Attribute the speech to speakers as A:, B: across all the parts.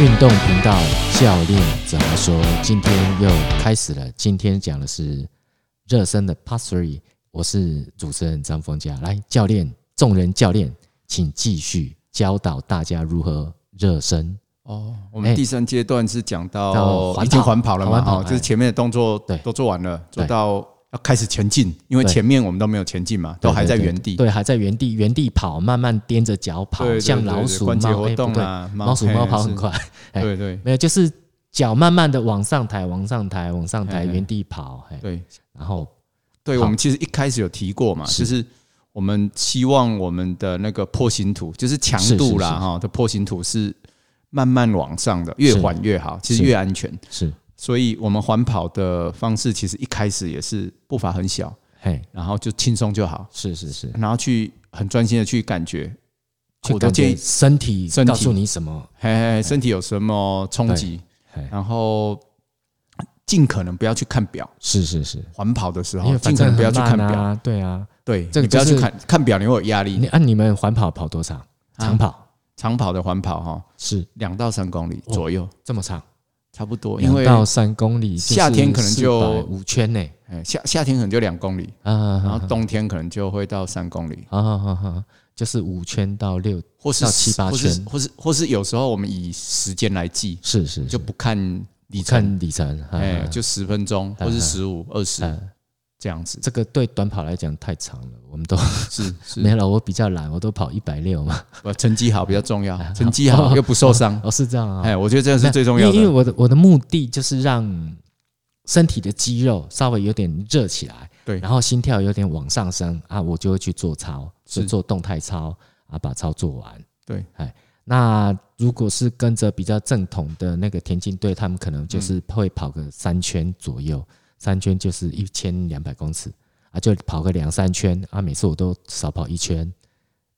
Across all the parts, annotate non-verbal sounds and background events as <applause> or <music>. A: 运动频道教练怎么说？今天又开始了。今天讲的是热身的 Part Three，我是主持人张峰佳。来，教练，众人教练，请继续教导大家如何热身。
B: 哦，我
A: 哎
B: 们第三阶段是讲
A: 到
B: 到
A: 环
B: 已经
A: 跑
B: 环跑了嘛，
A: 环跑
B: 哦，就是
A: 哎
B: 前面的动作
A: 对
B: 都做完了，做
A: 对
B: 到要开始前进，因为
A: 对
B: 前面我们都没有前进嘛，都还在原地，
A: 对，还在原地，原地跑，慢慢踮着脚跑，
B: 对对
A: 像
B: 对
A: 老
B: 对
A: 鼠
B: 关节
A: 猫，
B: 活
A: 哎，不
B: 动
A: 对，
B: 啊，
A: 老鼠猫
B: 嘿
A: 跑
B: 是
A: 很快， <laughs> 哎
B: 对对
A: 没有，就是脚慢慢的往上抬，往上抬，往上抬，
B: 哎哎
A: 原地跑，哎，
B: 对
A: 然后
B: 对，
A: 好
B: 我们其实一开始有提过嘛，
A: 是
B: 就是我们希望我们的那个坡形图，就是强度
A: 是是
B: 啦
A: 是
B: 哈的坡形图是慢慢往上的，越
A: 是
B: 缓越好，其实
A: 是
B: 越安全。
A: 是，
B: 所以我们环跑的方式其实一开始也是步伐很小，
A: 嘿，
B: 然后就轻松就好。
A: 是是是，
B: 然后去很专心的去感觉，
A: 去
B: 我都
A: 感
B: 建
A: 觉
B: 议，
A: 身体
B: 身体
A: 告诉你什么，
B: 嘿嘿，嘿身体有什么冲击，
A: 哎，
B: 然后尽可能不要去看表，
A: 是是是，
B: 环跑的时
A: 因
B: 候
A: 为反
B: 尽可
A: 正
B: 能不要
A: 很
B: 去看
A: 慢
B: 表，
A: 啊，对啊，
B: 对，
A: 这个
B: 你不要
A: 就是
B: 去看看表，你会有压
A: 你
B: 力。
A: 按你们环跑跑多少？长跑
B: 长跑的环跑哈，
A: 啊是
B: 两到三公里左右，
A: 这么长，
B: 差不多，因
A: 哦两
B: 为
A: 到三公里，
B: 夏天可能就
A: 五圈呢，
B: 哎夏夏天可能就两公里，
A: 啊，
B: 然后冬天可能就会到三公里，
A: 啊啊啊啊，就是五圈到六，
B: 或是
A: 到七八
B: 或是
A: 圈
B: 或是或是有时候我们以时间来计，
A: 是是，
B: 就不看里
A: 你
B: 程，
A: 看里程，啊
B: 哎，
A: 啊
B: 就十分钟或
A: 啊
B: 是
A: 啊
B: 十五二十
A: 啊
B: 这样
A: <laughs>
B: 子，
A: 这个对短跑来讲太长了，我们都
B: 是是
A: <laughs> 没了。我比较懒，我都跑一百六嘛。，
B: 不，成绩好比较重要成
A: <laughs>。
B: 绩好又不受伤
A: 哦，是这样啊。
B: 哎，我觉得这是最重要
A: 因为因为
B: 的。
A: 我的我的目的就是让身体的肌肉稍微有点热起来，
B: 对
A: 然后心跳有点往上升啊，我就会去做操，
B: 是
A: 就做动态操啊，把操做完。
B: 对，
A: 哎，那如果是跟着比较正统的那个田径队，他们可能
B: 嗯
A: 就是会跑个三圈左右，三圈就是一千两百公尺啊，就跑个两三圈啊，每次我都少跑一圈，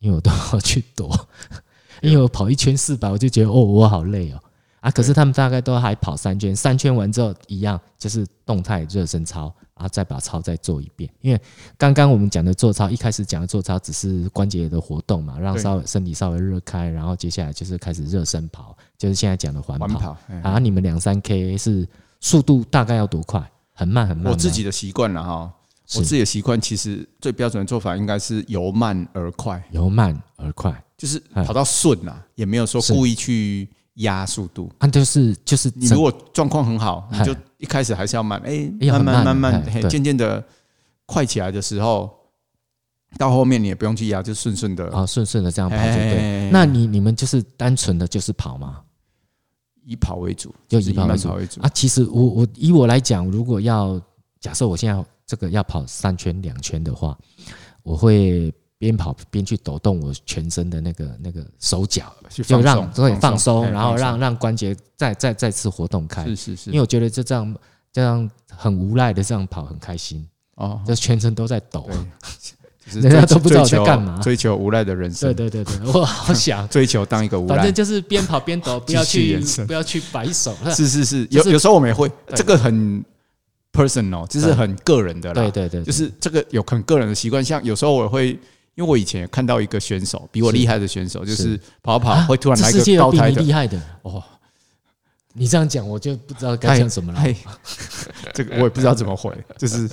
A: 因为我都要去躲，因为我跑一圈四百，我就觉得哦，我好累哦。啊，可是他们大概都还跑三圈，三圈完之后一样就是动态热身操，啊，再把操再做一遍。因为刚刚我们讲的做操，一开始讲的做操只是关节的活动嘛，让
B: 对
A: 稍微身体稍微热开，然后接下来就是开始热身跑，就是现在讲的环
B: 环
A: 跑。
B: 跑，哎
A: 啊，你们两三 K 是速度大概要多快？很慢很慢吗。
B: 我自己的习惯了哈，
A: 是
B: 我自己的习惯其实最标准的做法应该是由慢而快，
A: 由慢而快，
B: 就是
A: 哎
B: 跑到顺啦，也没有说
A: 是
B: 故意去压速度。
A: 啊，就是就是
B: 你
A: 整
B: 如果状况很好，
A: 哎
B: 你就一开始还是要慢，哎，
A: 要
B: 慢
A: 很慢
B: 慢慢慢
A: 哎，
B: 嘿
A: 对
B: 渐渐的快起来的时候，到后面你也不用去压，就顺顺的
A: 啊顺顺的这样跑就
B: 哎
A: 对。
B: 哎哎
A: 那你你们就是单纯的就是跑嘛，
B: 以跑为主，
A: 就
B: 就是
A: 以
B: 以
A: 跑为
B: 慢
A: 主
B: 跑为主
A: 啊。其实我我以我来讲，如果要假设我现在这个要跑三圈两圈的话，我会边跑边去抖动我全身的那个那个手脚，
B: 去
A: 就
B: 放
A: 让
B: 松，
A: 对放松，
B: 哎
A: 然后
B: 放松
A: 让让关节再再再次活动开。
B: 是是是，
A: 因为我觉得就这样这样很无赖的这样跑很开心，
B: 哦，
A: 就全身都在抖。
B: 对，就是
A: <laughs> 人家
B: 追求
A: 都不知道我在干嘛
B: 追求无赖的人生，，
A: 对对对对，我好想
B: 追求当一个无
A: 反
B: 赖
A: 正，就是边跑边抖，不要
B: 继续
A: 去
B: 延伸
A: 不要去摆手。
B: 是是是，
A: 就
B: 有
A: 是
B: 有时候我们也会，
A: 对
B: 这个很 personal，就是
A: 对
B: 很个人的啦，
A: 对对对，对
B: 就是这个有很个人的习惯，像有时候我会。因为我以前也看到一个选手比我
A: 是
B: 厉害的选手，就是是跑跑
A: 啊
B: 会突然
A: 这
B: 来
A: 世
B: 一
A: 界
B: 个
A: 有
B: 高
A: 比
B: 台
A: 你
B: 的
A: 厉害的，
B: 哦，
A: 你这样讲我就不知道该讲什么了。
B: 嘿， <laughs> 这个我也不知道怎么回，就是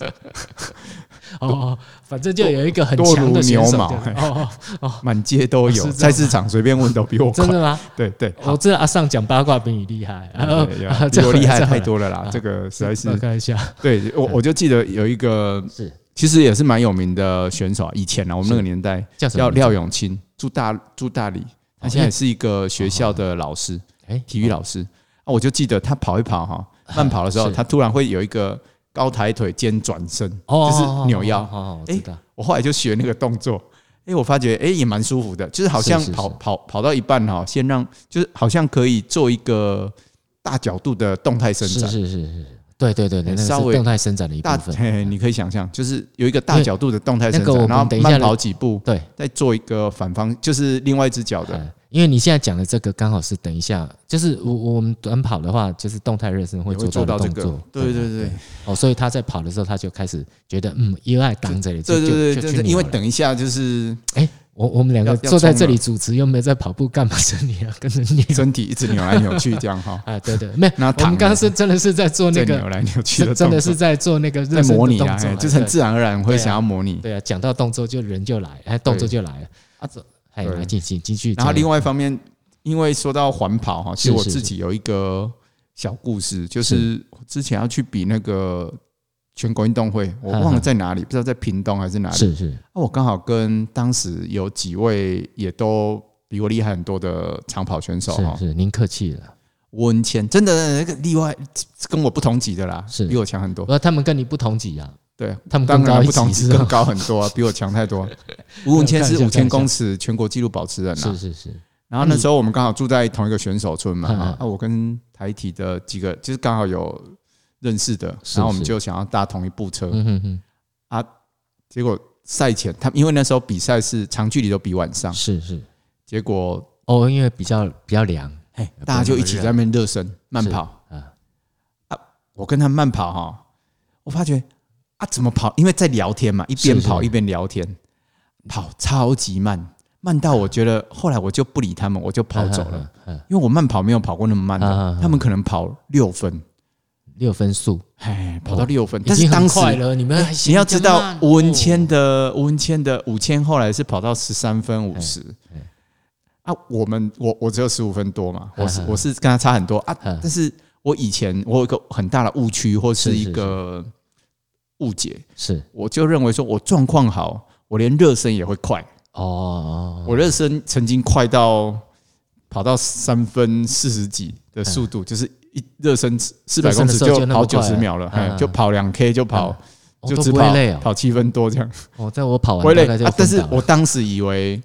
A: 哦哦，反正就有一个很
B: 多
A: 强
B: 如
A: 的选手
B: 牛毛
A: 对
B: 哎嘿
A: 哦哦哦，
B: <laughs> 满街都有
A: 是这，样
B: 菜市场随便问都比我快
A: 真，的
B: <laughs>
A: 哦吗？
B: 对对，
A: 我知道阿尚讲八卦比你厉害，啊
B: 对对
A: 啊 <laughs>
B: 哎有比我厉害太，多了
A: 啊
B: 啦，这个实
A: 这样
B: 在
A: 这样
B: 是
A: 开玩笑，
B: 对我我就记得有一个
A: 是
B: 其实也是蛮有名的选手啊，以前啊，我们那个年代
A: 叫什么
B: 叫
A: 名字？
B: 廖永清，住大住大理，他现在也是一个学校的老师，
A: 哎，
B: 体育老师啊，我就记得他跑一跑
A: <laughs>
B: 哈，慢跑的时候，
A: 是
B: 他突然会有一个高抬腿兼转身，
A: 哦，
B: 就是扭腰。哎
A: 哦，哦我知道，
B: 我后来就学那个动作，哎，我发觉哎也蛮舒服的，就是好像
A: 是是
B: 跑
A: 是
B: 跑跑到一半哈，先让就是好像可以做一个大角度的动态伸
A: 是
B: 展。哎
A: 是是是，对对对对，那个
B: 稍
A: 是
B: 微
A: 动态伸展的一部
B: 大
A: 分，
B: 嘿嘿，你可以想象，就是有一个大角度的动态伸
A: 那个我
B: 展，
A: 们
B: 然后
A: 等一下
B: 慢
A: 的
B: 跑几步，
A: 对。
B: 再做一个反方，就是另外一只脚的。
A: 嗯，因为你现在讲的这个刚好是等一下，就是我我们短跑的话，就是动态热身会
B: 也会
A: 做到
B: 做到
A: 的
B: 这
A: 动
B: 个
A: 作，
B: 对
A: 对
B: 对对
A: 哦，所以他在跑的时候，他就开始觉得嗯，依赖挡着了，
B: 对
A: 就
B: 对对，
A: 就
B: 就
A: 就是去
B: 因为
A: 扭了
B: 等一下就是
A: 我我们两个
B: 要要
A: 坐在
B: 冲
A: 这
B: 了
A: 里主持，又没有在跑步，干嘛是你啊？跟着
B: <laughs>
A: 你，
B: 身体一直扭来扭去这样哈
A: 啊？对对，没有，
B: 那
A: 我
B: 躺
A: 们刚刚是真的是在做那
B: 再
A: 个
B: 扭来扭去
A: 真
B: 的，
A: 真的是。在做那个热
B: 在
A: 身的
B: 模拟
A: 动
B: 啊，
A: 作
B: 哎
A: 啊，
B: 就是很
A: 对
B: 自然而然会
A: 对啊
B: 想要模拟。
A: 对啊，讲到动作就人就来，哎，动作就来了啊，走，哎，
B: 对
A: 来进行继续。
B: 然后
A: 加油
B: 另外一方面，因为说到环跑哈，其实
A: 是
B: 我
A: 是
B: 自己有一个小故事，就是我之前要去比那个全国运动会，我忘了在哪里，不知道在屏东还是哪里。
A: 是是
B: 啊，我刚好跟当时有几位也都比我厉害很多的长跑选手
A: 是
B: 哈，
A: 是，您客气了，
B: 文谦真的那个例外，跟我不同级的啦，
A: 是
B: 比我强很多
A: 不。过他们跟你不同级啊，
B: 对，
A: 他们
B: 当
A: 更高
B: 然
A: 一
B: 不同级
A: 级，
B: 更高很多啊，比我强
A: <laughs>
B: 太多。吴文谦是
A: 开
B: 五
A: 玩笑开
B: 千
A: 玩笑
B: 公尺全国纪录保持人啊
A: 是，是是，
B: 然后那时候我们刚好住在同一个选手村嘛，
A: 嗯
B: 啊，啊我跟台体的几个就是刚好有认识的，
A: 是
B: 然后我们
A: 是
B: 就想要搭同一部车，
A: 嗯哼哼，
B: 结果赛前他们因为那时候比赛是长距离都比晚上，
A: 是是。
B: 结果
A: 哦，因为比较比较凉
B: 哎大家就一起在那边热身慢跑
A: 啊，
B: 我跟他们慢跑哈，我发觉啊怎么跑，因为在聊天嘛，一边
A: 是是
B: 跑一边聊天，跑超级慢，慢到我觉得后来我就不理他们，我就跑走了，
A: 嗯，嗯嗯
B: 因为我慢跑没有跑过那么
A: 嗯嗯
B: 慢的
A: 嗯，
B: 他们可能跑六分。
A: 六分数，
B: 哎，跑到六分，
A: 已
B: 但是
A: 经很
B: 当时
A: 快哎了，你们还
B: 哎你
A: 嫌
B: 要
A: 这
B: 知
A: 样
B: 道
A: 慢，
B: 吴文谦
A: 哦
B: 的吴文谦的五千后来是跑到十三分五十
A: 哎，
B: 啊，我们我我只有十五分
A: <laughs>
B: 多嘛，我是
A: 嗯嗯
B: 我是跟他差很多啊，
A: 嗯
B: 但是我以前我有一个很大的误区或是
A: 是
B: 一
A: 是
B: 个误解，
A: 是
B: 我就认为说我状况好，我连热身也会快，
A: 哦哦，
B: 我热身曾经快到跑到三分四十几的速度，就是一热身四
A: 嗯
B: 百
A: 热
B: 公
A: 身的
B: 尺
A: 时候
B: 就
A: 就那
B: 跑
A: 么
B: 九
A: 快
B: 十
A: 了
B: 秒了，嘿
A: 嗯
B: 就跑两 K 就跑，
A: 哦
B: 就
A: 都
B: 只
A: 不
B: 跑
A: 会累哦，
B: 跑七分多这样，
A: 哦，在我跑完
B: 不会累
A: 大概就
B: 啊。但是
A: 昏倒
B: 我
A: 了
B: 当时以为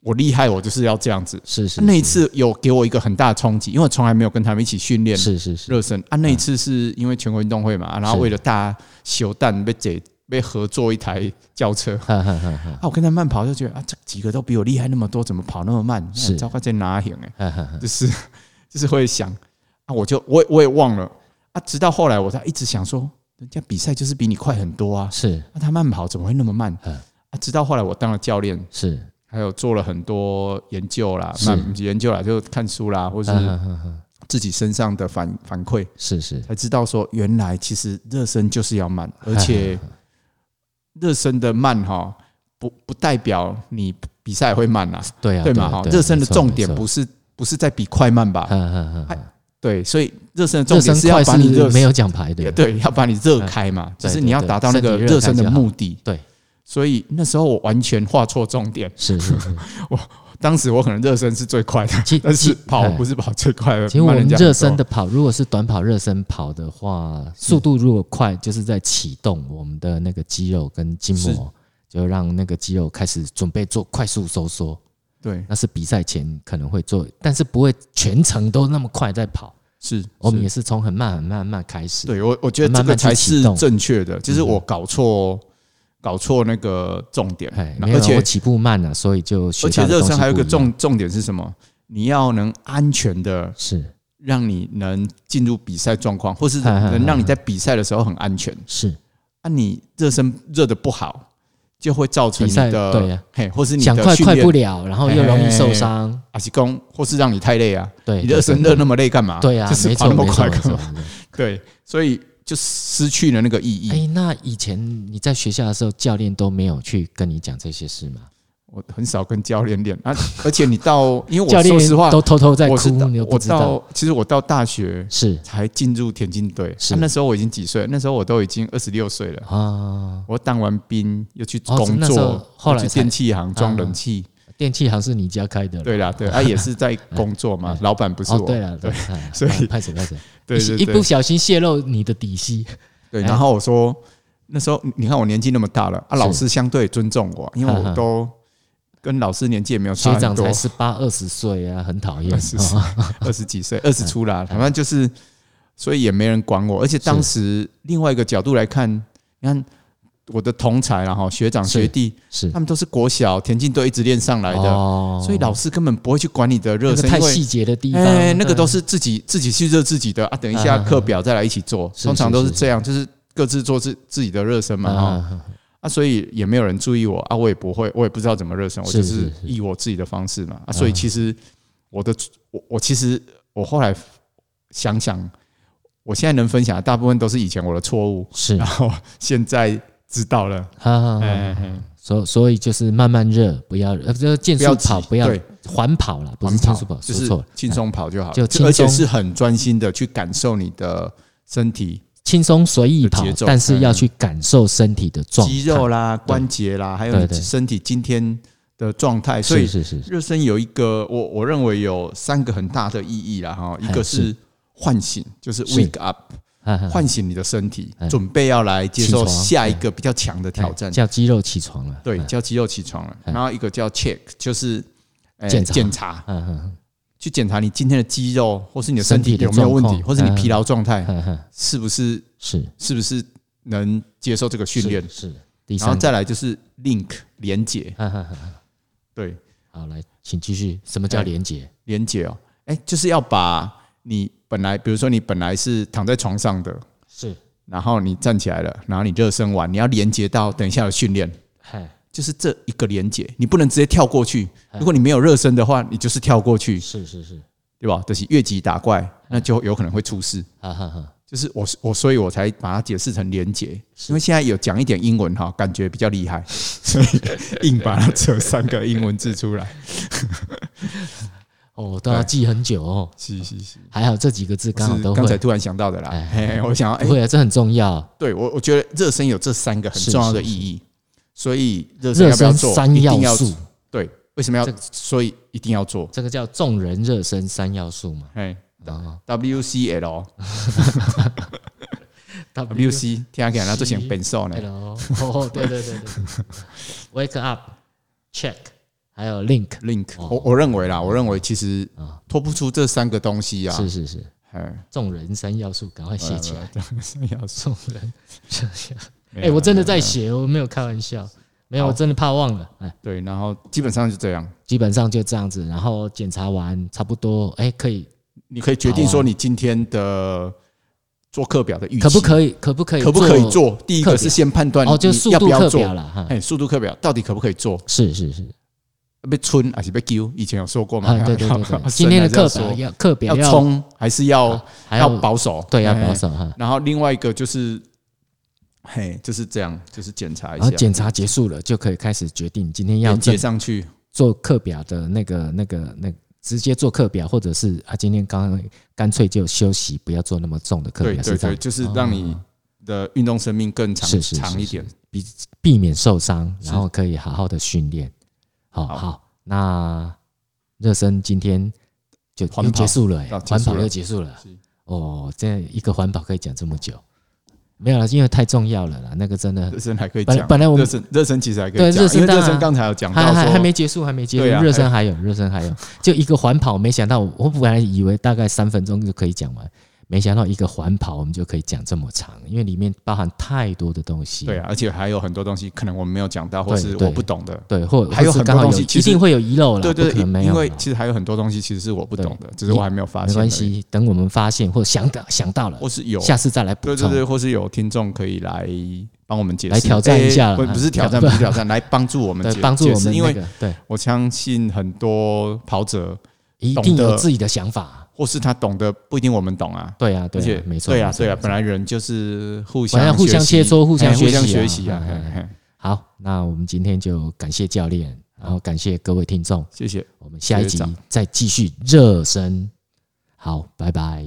B: 我厉害，我就是要这样子。啊
A: 是是
B: 那一
A: 是
B: 次有给我一个很大的冲击，因为我从来没有跟他们一起训练
A: 是是是
B: 热身啊。那一次是因为全国运动会嘛，然后
A: 是
B: 为了大家休蛋被解被合作一台轿车，
A: 哈哈哈哈
B: 啊，我跟他慢跑就觉得啊，这几个都比我厉害那么多，怎么跑那么慢？
A: 是嗯
B: 糟糕，在哪行
A: 哈
B: 哎、
A: 哈哈，
B: 就是 <laughs> 就是会想啊，我就我也我也忘了啊，直到后来我才一直想说，人家比赛就是比你快很多啊，
A: 是
B: 那、他慢跑怎么会那么慢？
A: 嗯
B: 啊，直到后来我当了教练，
A: 是，
B: 还有做了很多研究啦，
A: 是嗯
B: 慢不是研究啦，就看书啦，或
A: 哈
B: 是
A: 哈哈哈
B: 自己身上的反反馈，
A: 是是
B: 才知道说原来其实热身就是要慢，
A: <laughs>
B: 而且热身的慢哈，不不代表你比赛会慢啊。
A: 对啊
B: 对嘛
A: 啊
B: 哈，
A: 对啊
B: 热身
A: 没
B: 的
A: 错
B: 重
A: 没
B: 点
A: 错
B: 不是不是在比快慢吧？
A: 哈哈哈哈，
B: 对，所以热身的重
A: 热
B: 点
A: 身
B: 是要
A: 快
B: 把你热
A: 是没有奖牌的，
B: 对，要把你热开嘛，就
A: 嗯对
B: 是你要达到那
A: 对对身
B: 个
A: 体热
B: 热身的
A: 开就好
B: 目的。
A: 对，
B: 所以那时候我完全画错重点，
A: 是是是，
B: 当时我可能热身是最快的
A: 其，
B: <laughs> 但是
A: 其
B: 跑
A: 哎
B: 不是跑最快的。
A: 其实我
B: 呃慢
A: 们
B: 人家很
A: 热身
B: 多
A: 的跑，如果是短跑热身跑的话，速度如果快，就是在启动我们的那个肌肉跟筋膜，就让那个肌肉开始准备做快速收缩。
B: 对
A: 那是比赛前可能会做，但是不会全程都那么快在跑。
B: 是，
A: 我们
B: 是
A: 也是从很慢很慢很慢开始。
B: 对我我觉得这
A: 慢
B: 个
A: 慢去
B: 才
A: 启
B: 是
A: 动嗯
B: 正确的，就是我搞错搞错那个重点
A: 哎，，
B: 那
A: 没有
B: 而
A: 我
B: 且
A: 起步慢了，所以就学
B: 而且
A: 到的
B: 热
A: 东
B: 身
A: 西
B: 还有一
A: 不
B: 个
A: 样
B: 重重点是什么？你要能安全的
A: 是
B: 让你能进入比赛状况，或是能让你在比赛的时候很安全。
A: 是
B: 啊，你热身热的不好，就会造成
A: 比
B: 你
A: 赛
B: 的
A: 对啊
B: 嘿，或是你
A: 想
B: 的
A: 快
B: 训
A: 快不
B: 练
A: 了，然后又容易受伤。
B: 阿西工，或是让你太累啊。
A: 对，
B: 你
A: 对
B: 热身
A: 对
B: 热那么累干嘛？
A: 对啊，
B: 就是
A: 没
B: 跑
A: 错
B: 那么
A: 没错
B: 快
A: 没
B: 干
A: 错。
B: 嘛？
A: 没错
B: <laughs> 对，所以就失去了那个意
A: 哎、
B: 义。
A: 那以前你在学校的时候，教练都没有去跟你讲这些事吗？
B: 我很少跟教练练啊，而且你
A: <laughs>
B: 到，因为
A: 教
B: 我
A: 练
B: 说实话，
A: 都偷偷在
B: 我
A: 哭
B: 是，到
A: 你又
B: 我
A: 不知道。
B: 到，其实我到大学
A: 是
B: 才进入田径队，
A: 是
B: 啊那时候我已经几岁了？那时候我都已经二十六岁了。
A: 啊，
B: 我当完兵又去
A: 哦
B: 工
A: 那时候
B: 作，
A: 后来
B: 又去
A: 才啊
B: 电器行装冷气。
A: 电器行是你家开的了。
B: 对啦，对，他也是在工作嘛
A: 啊 <laughs> 哎，
B: 老板不是
A: 哦，
B: 我。
A: 对了，
B: 对
A: 对，哎
B: <laughs> 所以
A: 拍手拍手，
B: 对
A: 一
B: 对
A: 一不
B: 对
A: 小心泄露你的底细，
B: 对。
A: 哎
B: 然后我说，那时候你看我年纪那么大了啊，
A: 是
B: 老师相对尊重我，因为
A: 哈
B: 我
A: 哈
B: 都跟老师年纪也没有差
A: 学
B: 很
A: 长
B: 多
A: 才，十八二十岁啊，很讨厌。
B: 是是
A: 哦
B: 二
A: <laughs>
B: 十几岁，二十出
A: 哎
B: 啦，反正就是，所以也没人管我。而且当时另外一个角度来看，你看我的同才然后学长
A: 是
B: 学弟，
A: 是
B: 他们都是国小田径队一直练上来的，
A: 哦
B: 所以老师根本不会去管你的热
A: 那个
B: 身，
A: 太
B: 因为
A: 细节的地方，
B: 哎、那个都
A: 嗯
B: 是自己自己去热自己的啊，等一下
A: 啊
B: 课表再来一起做，
A: 是
B: 通常
A: 是
B: 都是
A: 是
B: 这样，就是各自做自自己的热身嘛哈、
A: 啊
B: 啊，所以也没有人注意我啊，我也不会，我也不知道怎么热身，我
A: 是
B: 就是是
A: 是
B: 以我自己的方式嘛。啊，所以其实我的我我其实我后来想想，我现在能分享的大部分都是以前我的错误， <laughs>
A: 是，
B: 然
A: 哈
B: 后现在知道了。
A: 哈哈。
B: 啊哎，哎
A: 所所以就是慢慢热，不要呃，这个竞
B: 不要
A: 速
B: 急
A: 跑不要
B: 对
A: 缓跑啦，不是
B: 慢
A: 竞
B: 跑
A: 速跑，
B: 就
A: 说
B: 是
A: 错了，哎
B: 轻松跑就好，
A: 就轻松
B: 而且是很专心的去感受你的身体
A: 轻松随意跑
B: 有节，奏
A: 但是要去感受身体的状态，
B: 肌肉啦、关节啦，还有
A: 对
B: 你
A: 对
B: 身体今天的状态。所
A: 是
B: 以
A: 是是，
B: 热身有一个，我我认为有三个很大的意义啦，哈，一个
A: 是
B: 是唤醒，就是
A: 是
B: wake up，
A: 哈哈
B: 唤醒你的身体
A: 哎，
B: 准备要来接受
A: 起床
B: 下一个比较强的挑
A: 哎
B: 战。
A: 叫肌肉起床了，
B: 对，
A: 嗯
B: 叫肌肉起床了。
A: 哎
B: 然后一个叫 check，就是哎
A: 检查
B: 检查，
A: 嗯嗯
B: 去检查你今天的肌肉或是你的
A: 身
B: 身
A: 体
B: 体
A: 的
B: 有没有问
A: 状
B: 题，
A: 况
B: 或是你
A: 哎
B: 疲劳状态
A: 嗯嗯嗯，
B: 是不是
A: 是
B: 是不是能接受这个训练
A: 是。是第
B: 然后
A: 三
B: 再来就是 link 连接，
A: 哈哈哈哈
B: 对，
A: 啊好，来，请继续，什么叫
B: 哎
A: 连接？
B: 连接哦，哎，就是要把你本来，比如说你本来是躺在床上的，
A: 是，
B: 然后你站起来了，然后你热身完，你要连接到等一下的训练，
A: 嗨，
B: 就是这一个连接，你不能直接跳过去。如果你没有热身的话，你就是跳过去，
A: 是是是，
B: 对吧？但是越级打怪，那就有可能会出事。
A: 哈哈哈，
B: 就是我我，所以我才把它解释成连接，因为现在有讲一点英文哈，感觉比较厉害，所以硬把它扯三个英文字出来。
A: 哦，都要记很久哦，
B: <laughs> 是是是，
A: 还好这几个字刚好
B: 哎是
A: 都
B: 刚才
A: 会，
B: 突然想到的啦。
A: 哎
B: 嘿我想要，哎、
A: 不会啊，这很重要。
B: 对我我觉得热身有这三个很
A: 是
B: 重要的
A: 是
B: 意义，所以热身
A: 热
B: 要不要
A: 身
B: 做？
A: 三
B: 一定
A: 要
B: 要
A: 素，
B: 对，为什么要
A: 这个？
B: 所以一定要做。
A: 这个叫众人热身三要素嘛。
B: 哎
A: 啊 <laughs>
B: ，WCL
A: ，W C
B: WC，听起来那就像本手呢。
A: L，哦，对对对对对，Wake up check，还有 link
B: Link，
A: 哦
B: 我我认为啦，我认为其实
A: 啊
B: 脱不出这三个东西啊。
A: 是是是，
B: 哎，
A: 众人三要素，赶快写起来。
B: 三呃 <laughs> 要素。
A: 众人，
B: 没
A: 哎，
B: 有
A: 我真的在
B: 没有
A: 写，我没有开玩笑，没有，
B: 好
A: 我真的怕忘了。哎，
B: 对，然后基本上就这样。
A: 基本上就这样子，然后检查完差不多，哎，可以，
B: 你可以决定说你今天的做课表的预期，
A: 啊可不可以，可不可以，
B: 可不可以？做？第一
A: 课
B: 个
A: 表
B: 是先判断
A: 哦，就
B: 你
A: 速
B: 要
A: 度
B: 不要
A: 课
B: 做
A: 表，了哈。
B: 哎，速度课表到底可不可以做？
A: 是是是，
B: 被春还是被丢？以前有说过嘛
A: 啊，？对对对
B: 生还
A: 对，
B: 是
A: 今天的
B: <laughs> 要
A: 课
B: 说
A: 表要课表
B: 要冲还是要
A: 啊还
B: 要保守？
A: 对，要
B: 哎
A: 保。守哈。
B: 然后另外一个就是，嘿，就是这样，就是检哎查
A: 然
B: 一
A: 后
B: 下，
A: 啊检查结束了，就可以开始决定今天要
B: 连接
A: 正
B: 上去。
A: 做课表的那个、那个、那个直接做课表，或者是啊，今天刚刚干脆就休息，不要做那么重的课
B: 对
A: 表，
B: 对
A: 是这
B: 对，
A: 样，哦
B: 就是让你的运动生命更长
A: 是是是
B: 长一点。
A: 避免受伤，
B: 是
A: 然后可以好好的训练。好
B: 好
A: 好，那热身今天就
B: 环
A: 又
B: 跑
A: 结束了、欸，
B: 啊结
A: 环
B: 束
A: 跑
B: 了
A: 又结束了
B: 是。
A: 哦，这样一个环跑可以讲这么久，没有了，因为太重要了啦，那个真的
B: 热身还可以
A: 本来
B: 讲，
A: 本来我们
B: 热身热身其实还可
A: 对
B: 以讲，
A: 热身
B: 因为
A: 当
B: 热
A: 然
B: 身刚才有讲到
A: 还还还
B: 说
A: 没结束，还没结束，
B: 对啊
A: 热身还有，热身还有，就一个环跑，没想到我本来以为大概三分钟就可以讲完，没想到一个环跑我们就可以讲这么长，因为里面包含太多的东西。
B: 对啊，而且还有很多东西可能我们没有讲到，或
A: 对
B: 是
A: 对
B: 我不懂的。
A: 对，或
B: 还有
A: 或是
B: 很多
A: 刚好
B: 东西其
A: 一
B: 实
A: 定会有遗漏了，
B: 对
A: 不
B: 对
A: 可能
B: 对，
A: 没
B: 因
A: 有
B: 为
A: 啦
B: 其实还有很多东西其实是我不懂的，只是我还没有发现。
A: 没关，系，等我们发现或想到想到了，
B: 或是有啊
A: 下次再来补
B: 对对
A: 充。
B: 对，或是有听众可以来帮我们解释，
A: 来挑战一下
B: 诶不
A: 啊
B: 不是挑战，
A: 挑
B: 不是
A: <laughs>
B: 挑战，来帮助我们
A: 对
B: 解
A: 帮助我
B: 解
A: 们
B: 释因
A: 那
B: 为
A: 个对，
B: 我相信很多跑者
A: 一
B: 懂
A: 定有
B: 得
A: 自己的想法。
B: 或是他懂得不一定我们懂啊，
A: 对啊，
B: 而
A: 对
B: 且
A: 啊，没错，
B: 对啊
A: 没错
B: 对啊
A: 没，错
B: 本来人就是互
A: 本来
B: 相
A: 互相
B: 学习
A: 切磋互
B: 哎
A: 相
B: 互
A: 学
B: 相
A: 习啊
B: 学习啊，
A: 哎
B: 嘿
A: 哎
B: 嘿
A: 好，那我们今天就感谢教练，然后感谢各位听众。
B: 谢谢。
A: 我们下一集
B: 学长
A: 再继续热身。好，拜拜。